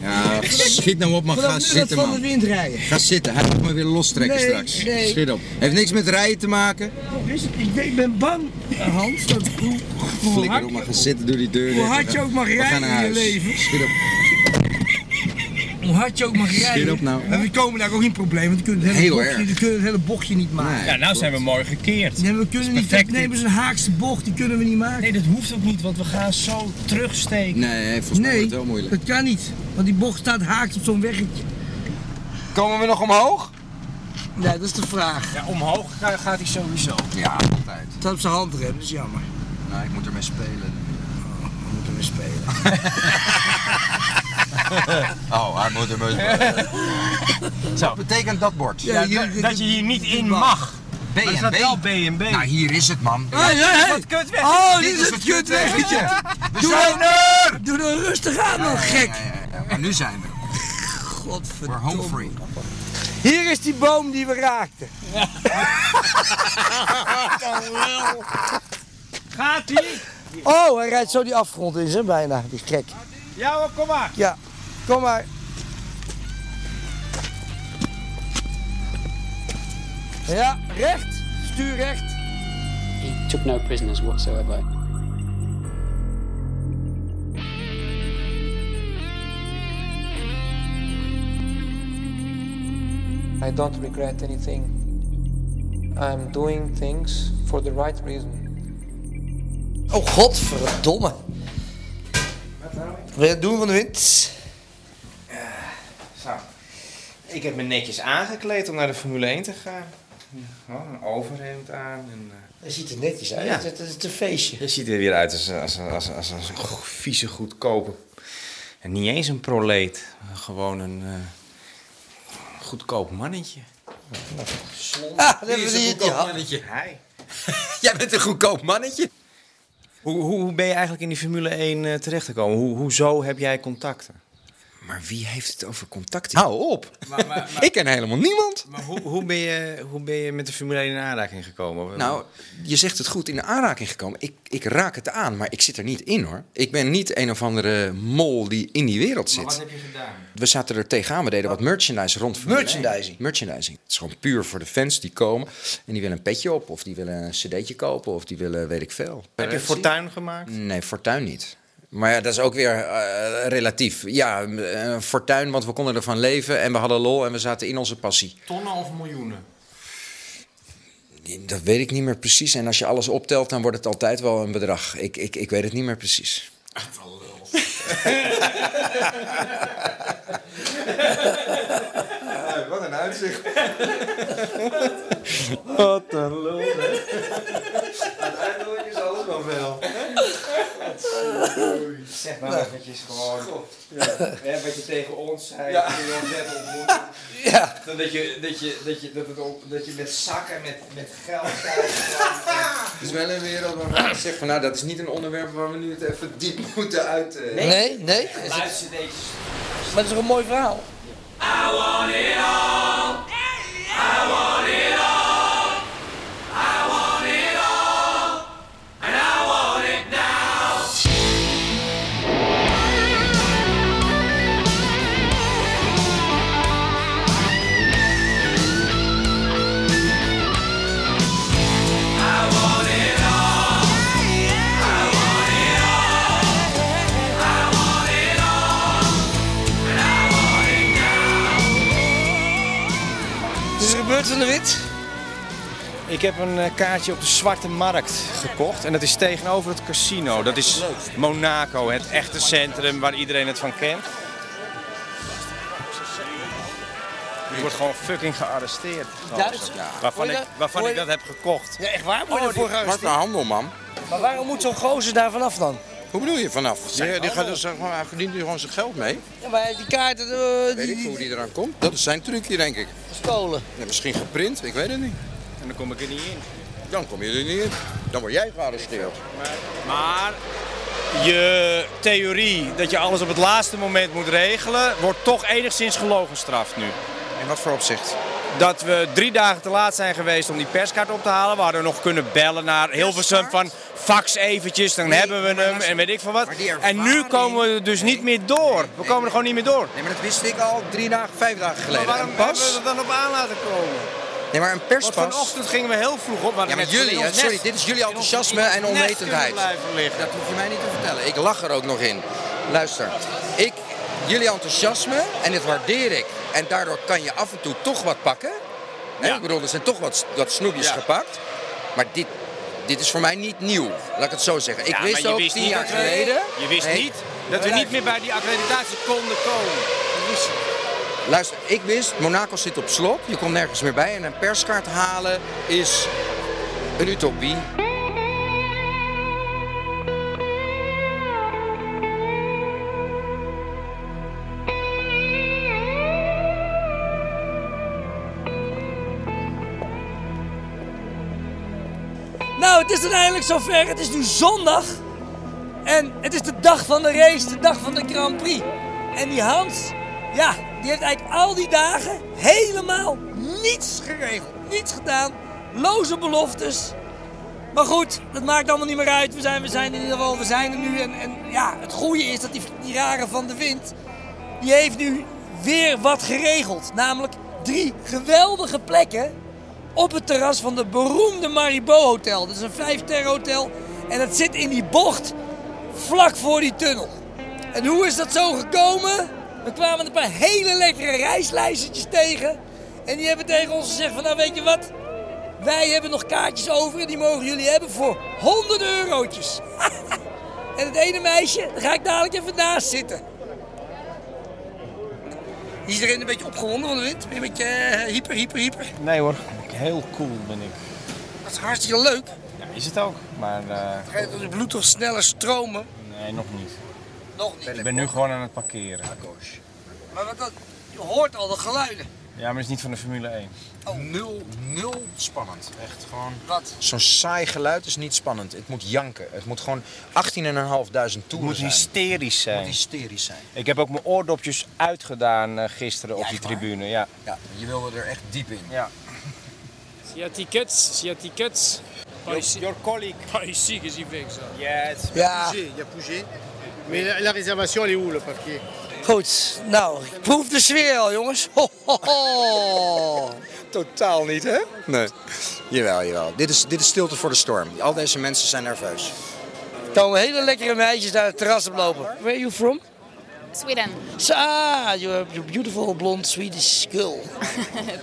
[SPEAKER 4] Ja, schiet nou op, maar
[SPEAKER 8] Vanaf
[SPEAKER 4] ga
[SPEAKER 8] nu dat
[SPEAKER 4] zitten,
[SPEAKER 8] van
[SPEAKER 4] man.
[SPEAKER 8] de wind rijden.
[SPEAKER 4] Ga zitten, hij moet me weer lostrekken
[SPEAKER 8] Nee,
[SPEAKER 4] straks.
[SPEAKER 8] nee.
[SPEAKER 4] Schiet op. Heeft niks met rijden te maken.
[SPEAKER 8] Hoe is het? Ik, weet- ik ben bang, Hans, dat hoe, hoe hard-
[SPEAKER 4] Flikker op, maar ga zitten door die deur.
[SPEAKER 8] hoe
[SPEAKER 4] dicht.
[SPEAKER 8] hard je ook mag
[SPEAKER 4] We gaan
[SPEAKER 8] rijden
[SPEAKER 4] naar
[SPEAKER 8] in je
[SPEAKER 4] huis.
[SPEAKER 8] leven.
[SPEAKER 4] Schiet op.
[SPEAKER 2] hoe hard je ook mag rijden.
[SPEAKER 16] op nou.
[SPEAKER 2] En we komen daar ook in problemen, want we kunnen het hele,
[SPEAKER 16] Heel
[SPEAKER 2] bochtje,
[SPEAKER 16] erg.
[SPEAKER 2] we kunnen het hele bochtje niet maken.
[SPEAKER 17] ja, nou zijn we mooi gekeerd. Nee,
[SPEAKER 2] we kunnen niet,
[SPEAKER 17] perfect.
[SPEAKER 2] nee, maar zo'n haakse bocht, die kunnen we niet maken. Nee,
[SPEAKER 17] dat hoeft ook niet, want we gaan zo terugsteken.
[SPEAKER 2] Nee, volgens mij wordt het wel moeilijk. dat kan niet, want die bocht staat haaks op zo'n weggetje.
[SPEAKER 4] Komen we nog omhoog?
[SPEAKER 2] Nee, dat is de vraag.
[SPEAKER 3] Ja, omhoog ga- gaat hij sowieso.
[SPEAKER 4] Ja, altijd.
[SPEAKER 2] Het staat op zijn handrem, dat is jammer.
[SPEAKER 4] Nou, ik moet ermee spelen.
[SPEAKER 2] We moeten weer spelen.
[SPEAKER 4] Oh, hij moet ermee spelen. Zo. Wat betekent dat bord?
[SPEAKER 17] Ja, Ja, hier- dat- dat je hier niet in mag.
[SPEAKER 4] B&B?
[SPEAKER 17] Maar er staat wel B&B.
[SPEAKER 4] Nou, hier is het, man.
[SPEAKER 17] Hey, hey, hey. Wat kutweggetje. Oh, dit is het kutweggetje.
[SPEAKER 4] We
[SPEAKER 17] Doe
[SPEAKER 4] zijn er!
[SPEAKER 2] Doe dan rustig aan,
[SPEAKER 4] man,
[SPEAKER 2] gek.
[SPEAKER 4] Maar nu zijn we. We're home free.
[SPEAKER 2] Hier is die boom die we raakten.
[SPEAKER 17] Gaat ie?
[SPEAKER 2] Oh, hij rijdt zo die afgrond in, hè, bijna, die gek.
[SPEAKER 17] Ja hoor, kom maar.
[SPEAKER 2] Ja, kom maar. Ja, recht. Stuur recht.
[SPEAKER 18] He took no prisoners whatsoever.
[SPEAKER 19] I don't regret anything. I'm doing things for the right reason.
[SPEAKER 2] Oh, godverdomme. Wil je het doen van de wind?
[SPEAKER 3] Zo. Ik heb me netjes aangekleed om naar de Formule 1 te gaan. Gewoon een overhemd aan. En, eh,
[SPEAKER 2] Dat ziet er netjes uit.
[SPEAKER 3] Ja.
[SPEAKER 2] Dat is een feestje.
[SPEAKER 3] Je ziet er weer uit als, een- als, een- als, een- als, een- als een go- vieze goedkope. En niet eens een proleet. Gewoon een eh, goedkoop mannetje.
[SPEAKER 2] Ah,
[SPEAKER 4] dat is een goedkoop mannetje. Jij bent een goedkoop mannetje.
[SPEAKER 3] Hoe, hoe, hoe ben je eigenlijk in die Formule 1 eh, terechtgekomen? Hoe, hoezo heb jij contacten?
[SPEAKER 4] Maar wie heeft het over contacten? Hou op. Ik ken helemaal niemand.
[SPEAKER 3] Maar hoe, hoe, ben je, hoe ben je met de Formule 1 in aanraking gekomen?
[SPEAKER 4] Nou, je zegt het goed, in de aanraking gekomen. Ik, ik raak het aan, maar ik zit er niet in hoor. Ik ben niet een of andere mol die in die wereld zit.
[SPEAKER 3] je gedaan?
[SPEAKER 4] We zaten er tegenaan, we deden wat merchandise rond. Formule één.
[SPEAKER 3] Oh. Merchandising?
[SPEAKER 4] Merchandising. Het is gewoon puur voor de fans die komen en die willen een petje op, of die willen een cd'tje kopen, of die willen weet ik veel.
[SPEAKER 3] Heb je fortuin gemaakt?
[SPEAKER 4] Nee, fortuin niet. Maar ja, dat is ook weer eh, relatief. Ja, eh, fortuin, want we konden ervan leven en we hadden lol en we zaten in onze passie.
[SPEAKER 3] Tonnen of miljoenen?
[SPEAKER 4] Dat weet ik niet meer precies. En als je alles optelt, dan wordt het altijd wel een bedrag. Ik, ik, ik weet het niet meer precies.
[SPEAKER 3] Wat een uitzicht.
[SPEAKER 4] Wat een lul.
[SPEAKER 3] Uiteindelijk is alles wel wel. Zeg maar
[SPEAKER 4] Nou.
[SPEAKER 3] eventjes gewoon.
[SPEAKER 4] Ja.
[SPEAKER 3] Hè, wat je tegen ons zei,
[SPEAKER 4] Ja.
[SPEAKER 3] toen je ons net ontmoette.
[SPEAKER 4] Ja.
[SPEAKER 3] Dat, dat, je, dat, je, dat, je, dat, het op, dat je met zakken, met, met geld gaat.
[SPEAKER 4] Het is wel een wereld waarvan ik zeg van nou, dat is niet een onderwerp waar we nu het even diep moeten uit. eh.
[SPEAKER 2] Nee, nee.
[SPEAKER 3] Luister deze.
[SPEAKER 2] Maar dat is toch een mooi verhaal?
[SPEAKER 3] Het is er gebeurd van de wit. Ik heb een eh, kaartje op de Zwarte Markt gekocht. En dat is tegenover het casino. Dat is Monaco, het echte centrum waar iedereen het van kent. Je wordt gewoon fucking gearresteerd.
[SPEAKER 2] Ja,
[SPEAKER 3] Waarvan,
[SPEAKER 2] hoor je
[SPEAKER 3] ik,
[SPEAKER 2] dat?
[SPEAKER 3] waarvan
[SPEAKER 2] Hoor
[SPEAKER 3] ik
[SPEAKER 2] je
[SPEAKER 3] dat heb gekocht.
[SPEAKER 2] Ja, echt waar? Word je daarvoor
[SPEAKER 4] Wat een
[SPEAKER 2] gearresteerd?
[SPEAKER 4] handel, man.
[SPEAKER 2] Maar waarom moet zo'n gozer daar vanaf dan?
[SPEAKER 4] Hoe bedoel je vanaf?
[SPEAKER 2] Zijn
[SPEAKER 4] Ja, die
[SPEAKER 2] handel.
[SPEAKER 4] gaat, dus gewoon- hij verdient hier gewoon zijn geld mee.
[SPEAKER 2] Ja, maar die kaarten, eh,
[SPEAKER 4] Weet
[SPEAKER 2] die,
[SPEAKER 4] ik veel hoe die eraan komt. Dat is zijn trucje, denk ik.
[SPEAKER 2] gestolen.
[SPEAKER 4] Ja, misschien geprint, ik weet het niet.
[SPEAKER 3] En dan kom ik er niet in.
[SPEAKER 4] Dan kom je er niet in. Dan word jij gearresteerd.
[SPEAKER 3] Maar je theorie dat je alles op het laatste moment moet regelen, wordt toch enigszins gelogenstraft nu.
[SPEAKER 4] In wat voor opzicht?
[SPEAKER 3] Dat we drie dagen te laat zijn geweest om die perskaart op te halen. We hadden nog kunnen bellen naar Hilversum van fax eventjes, dan hebben we hem en weet ik veel wat. En nu komen we er dus niet meer door. We komen er gewoon niet meer door.
[SPEAKER 4] Nee, maar dat wist ik al drie dagen, vijf dagen geleden.
[SPEAKER 3] Maar waarom
[SPEAKER 4] Een pas?
[SPEAKER 3] hebben we er dan op aan laten komen?
[SPEAKER 4] Nee, maar een perspas.
[SPEAKER 3] Want vanochtend gingen we heel vroeg op. we
[SPEAKER 4] Ja,
[SPEAKER 3] hadden
[SPEAKER 4] maar
[SPEAKER 3] net
[SPEAKER 4] jullie,
[SPEAKER 3] in ons
[SPEAKER 4] sorry,
[SPEAKER 3] nest-
[SPEAKER 4] dit is jullie
[SPEAKER 3] in ons-
[SPEAKER 4] enthousiasme
[SPEAKER 3] in ons
[SPEAKER 4] en
[SPEAKER 3] nest kunnen
[SPEAKER 4] onwetendheid.
[SPEAKER 3] blijven liggen.
[SPEAKER 4] Dat hoef je mij niet te vertellen. Ik lach er ook nog in. Luister, ik jullie enthousiasme en dat waardeer ik. En daardoor kan je af en toe toch wat pakken. Hè, Ik bedoel, er zijn toch wat, wat snoepjes gepakt. Maar dit, dit is voor mij niet nieuw, laat ik het zo zeggen. Ik
[SPEAKER 20] Ja,
[SPEAKER 4] wist
[SPEAKER 20] maar je
[SPEAKER 4] ook
[SPEAKER 20] wist
[SPEAKER 4] tien
[SPEAKER 20] niet
[SPEAKER 4] jaar
[SPEAKER 20] dat we-
[SPEAKER 4] geleden...
[SPEAKER 20] je wist
[SPEAKER 4] Nee.
[SPEAKER 20] niet dat we niet meer bij die accreditatie konden komen.
[SPEAKER 4] Luister, ik wist, Monaco zit op slot, je komt nergens meer bij. En een perskaart halen is een utopie.
[SPEAKER 2] Nou, het is dan eindelijk zover. Het is nu zondag. En het is de dag van de race, de dag van de Grand Prix. En die Hans, ja, die heeft eigenlijk al die dagen helemaal niets geregeld. Niets gedaan. Loze beloftes. Maar goed, dat maakt allemaal niet meer uit. We zijn, we zijn in ieder geval, we zijn er nu. En, en ja, het goede is dat die, die rare van de wind, die heeft nu weer wat geregeld. Namelijk drie geweldige plekken op het terras van de beroemde Maribo Hotel. Dat is een vijfster hotel en dat zit in die bocht vlak voor die tunnel. En hoe is dat zo gekomen? We kwamen een paar hele lekkere reislijstertjes tegen. En die hebben tegen ons gezegd van nou weet je wat? Wij hebben nog kaartjes over en die mogen jullie hebben voor 100 eurotjes. en het ene meisje, daar ga ik dadelijk even naast zitten. Is iedereen een beetje opgewonden van de wind? Een beetje eh, hyper, hyper, hyper.
[SPEAKER 3] Nee hoor, heel cool ben ik.
[SPEAKER 2] Dat is hartstikke leuk.
[SPEAKER 3] Ja, is het ook, maar eh,
[SPEAKER 2] Vergeet dat je bloed toch sneller stromen.
[SPEAKER 3] nee, nog niet.
[SPEAKER 2] Nog niet.
[SPEAKER 3] Ik ben nu gewoon aan het parkeren.
[SPEAKER 2] Maar wat dat, je hoort al de geluiden.
[SPEAKER 3] Ja, maar het is niet van de Formule 1.
[SPEAKER 4] Oh. Nul, nul spannend. Echt gewoon.
[SPEAKER 2] Wat?
[SPEAKER 4] Zo'n saai geluid is niet spannend. Het moet janken. Het moet gewoon 18.500 toeren zijn. Het
[SPEAKER 3] moet hysterisch zijn.
[SPEAKER 4] Het moet hysterisch zijn.
[SPEAKER 3] Ik heb ook mijn oordopjes uitgedaan eh, gisteren op die tribune. Ja.
[SPEAKER 4] ja, je wilde er echt diep in.
[SPEAKER 3] Ja.
[SPEAKER 21] S'il y a tickets, s'il y a tickets. Pas ici. Your colleague. Pas ici que j'y vais, ça.
[SPEAKER 3] Yes.
[SPEAKER 4] Ah,
[SPEAKER 21] Il y a Pouget. Mais la, la réservation, elle est où, le parquet
[SPEAKER 2] Goed, nou, ik proef de sfeer al, jongens. Ho, ho, ho.
[SPEAKER 4] Totaal niet, hè? Nee. Jawel, jawel. Dit is, dit is stilte voor de storm. Al deze mensen zijn nerveus.
[SPEAKER 2] Er komen hele lekkere meisjes naar het terras oplopen. Where are you from?
[SPEAKER 22] Sweden.
[SPEAKER 2] So, ah, you are a beautiful blonde Swedish girl.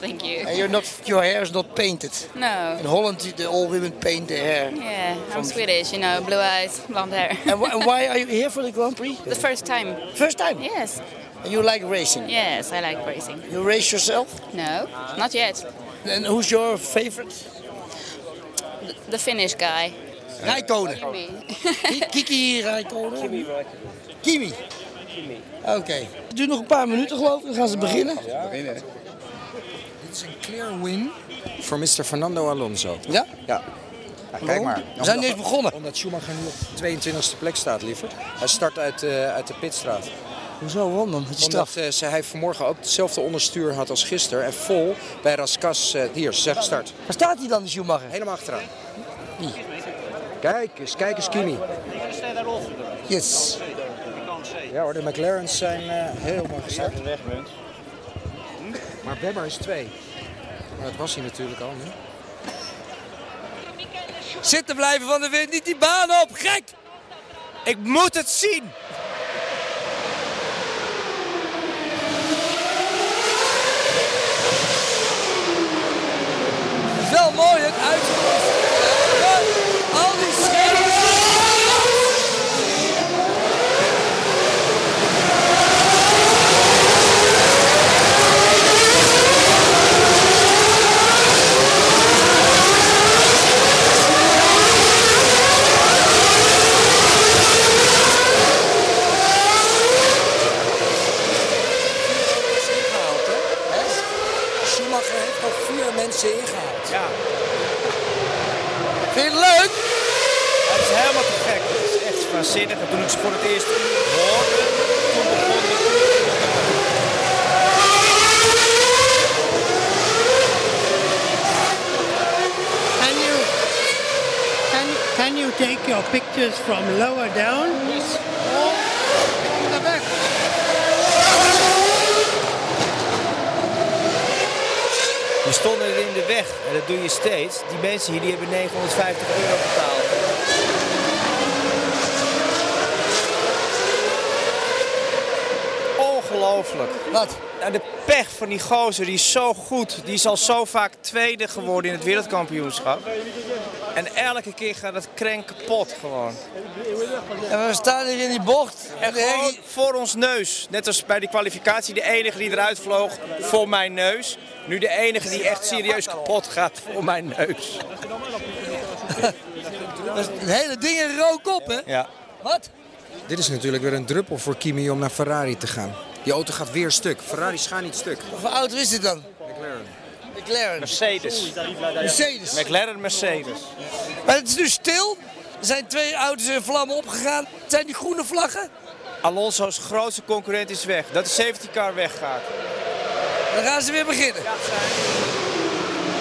[SPEAKER 22] Thank you.
[SPEAKER 2] And you're not, your hair is not painted. In
[SPEAKER 22] No.
[SPEAKER 2] Holland, the all women paint their hair.
[SPEAKER 22] Yeah,
[SPEAKER 2] From-
[SPEAKER 22] I'm Swedish, you know, blue eyes, blonde hair.
[SPEAKER 2] And, wh- and why are you here for the Grand Prix?
[SPEAKER 22] The first time.
[SPEAKER 2] First time?
[SPEAKER 22] Yes.
[SPEAKER 2] And you like racing?
[SPEAKER 22] Yes, I like racing.
[SPEAKER 2] You race yourself?
[SPEAKER 22] No, not yet.
[SPEAKER 2] And who's your favorite?
[SPEAKER 22] The, the Finnish guy.
[SPEAKER 2] Uh, Rijkonen. Ki- Kiki Rijkonen. Kimi Kimi. Oké. Het duurt nog een paar minuten geloof ik, dan gaan ze beginnen.
[SPEAKER 4] Dit is een clear win voor Mr. Fernando Alonso.
[SPEAKER 2] Ja?
[SPEAKER 4] Ja. kijk
[SPEAKER 2] Waarom?
[SPEAKER 4] maar.
[SPEAKER 2] We zijn niet eens begonnen.
[SPEAKER 4] Omdat Schumacher nu op de 22e plek staat, lieverd. Hij start uit, eh, uit de pitstraat.
[SPEAKER 2] Hoezo, waarom dan? Het is
[SPEAKER 4] Omdat eh, ze, hij vanmorgen ook hetzelfde onderstuur had als gisteren. En vol bij Raskas. eh, hier, zeg start.
[SPEAKER 2] Waar staat hij dan, de Schumacher?
[SPEAKER 4] Helemaal achteraan. Kijk eens, kijk eens Kimi.
[SPEAKER 2] Yes.
[SPEAKER 4] Ja hoor, de McLaren's zijn eh, heel mooi gestart. Maar Webber is twee. Maar dat was hij natuurlijk al nu.
[SPEAKER 2] Zitten blijven van de wind, niet die baan op, gek! Ik moet het zien! Het is wel mooi, het uitzicht. Al die schermen.
[SPEAKER 4] ingehaald, hè? Hè? Schumacher heeft al vier mensen ingehaald. Ja.
[SPEAKER 2] Vind je het leuk?
[SPEAKER 3] Het is helemaal te gek. Het is echt waanzinnig. En Toen ik ze voor het eerst hoorde, toen begon de
[SPEAKER 23] Can you can, can you take your pictures from lower down? Yes. Or from the back?
[SPEAKER 24] We stonden er in de weg en dat doe je steeds. Die mensen hier die hebben 950 euro betaald.
[SPEAKER 3] ongelooflijk. Wat? de pech van die gozer, die is zo goed. Die is al zo vaak tweede geworden in het wereldkampioenschap. En elke keer gaat dat krenk kapot gewoon. En we staan hier in die bocht. En gewoon voor ons neus. Net als bij die kwalificatie, de enige die eruit vloog voor mijn neus. Nu de enige die echt serieus kapot gaat voor mijn neus.
[SPEAKER 2] Het hele ding in rook op, hè?
[SPEAKER 3] Ja.
[SPEAKER 2] Wat?
[SPEAKER 4] Dit is natuurlijk weer een druppel voor Kimi om naar Ferrari te gaan. Die auto gaat weer stuk. Ferraris gaan niet stuk.
[SPEAKER 2] Wat voor auto is dit dan?
[SPEAKER 4] McLaren.
[SPEAKER 2] McLaren.
[SPEAKER 3] Mercedes.
[SPEAKER 2] Mercedes.
[SPEAKER 3] McLaren Mercedes.
[SPEAKER 2] Maar het is nu stil. Er zijn twee auto's in vlammen opgegaan. Het Zijn die groene vlaggen?
[SPEAKER 3] Alonso's grootste concurrent is weg. Dat de safety car weggaat.
[SPEAKER 2] Dan gaan ze weer beginnen.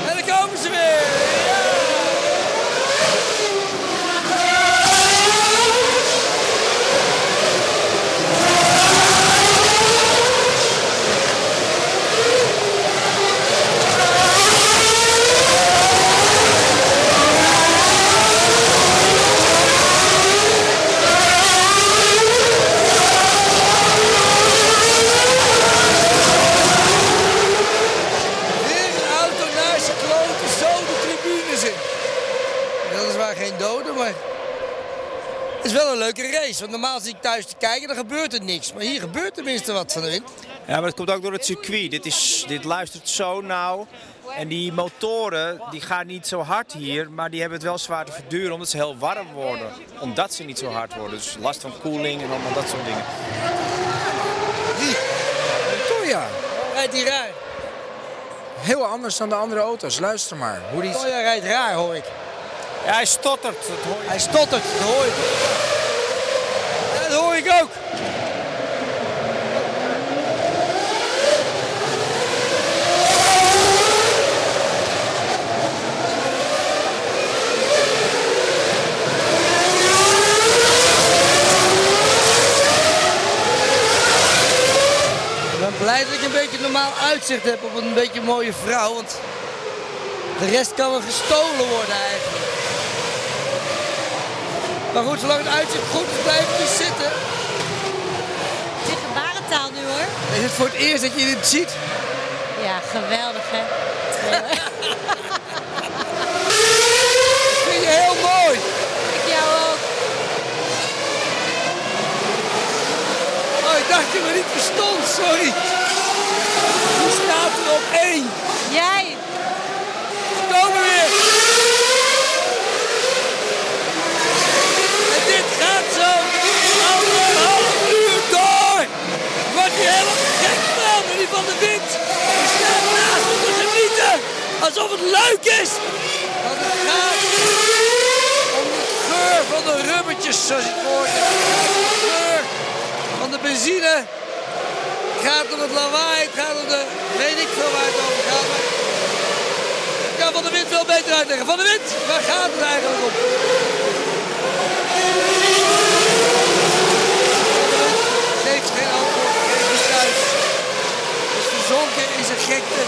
[SPEAKER 2] En dan komen ze weer. Weer een auto naast je kloten, zo de tribunes in. Weliswaar geen doden, maar... Het is wel een leuke race, want normaal zit ik thuis te kijken, dan gebeurt er niks. Maar hier gebeurt tenminste wat van de wind.
[SPEAKER 3] Ja, maar dat komt ook door het circuit. Dit, is, dit luistert zo nauw. En die motoren die gaan niet zo hard hier, maar die hebben het wel zwaar te verduren omdat ze heel warm worden. Omdat ze niet zo hard worden. Dus last van koeling en allemaal dat soort dingen.
[SPEAKER 4] Toya.
[SPEAKER 2] Rijdt die raar?
[SPEAKER 4] Heel anders dan de andere auto's. Luister maar. Hoe die...
[SPEAKER 2] Toya Oh rijdt raar, hoor ik.
[SPEAKER 3] Ja, hij stottert. Dat hoor je.
[SPEAKER 2] Hij stottert, dat hoor ik. Ja, dat hoor ik ook. Ik ben blij dat ik een beetje normaal uitzicht heb op een beetje mooie vrouw, want de rest kan wel gestolen worden eigenlijk. Maar goed, zolang het uitzicht goed is, blijf ik hier zitten.
[SPEAKER 25] Dit gebarentaal nu hoor.
[SPEAKER 2] Is het voor het eerst dat je dit ziet?
[SPEAKER 25] Ja, geweldig hè.
[SPEAKER 2] vind je heel mooi.
[SPEAKER 25] Ik jou ook.
[SPEAKER 2] Oh, ik dacht je me niet verstond, sorry. Wie staat er op één?
[SPEAKER 25] Jij.
[SPEAKER 2] Kom weer. En dit gaat zo anderhalf uur door. Ik word hier helemaal gek van, en die van de wind. We staan naast om te genieten, alsof het leuk is. Want het gaat om de geur van de rubbertjes, zoals ik hoorde. De geur van de benzine. Het gaat om het lawaai, het gaat om de... weet ik veel waar het over gaat, maar... Ik kan Van de Wind wel beter uitleggen. Van de Wind, waar gaat het eigenlijk om? Dus Geeft geen antwoord, geeft niet uit. Is verzonken in zijn gekte.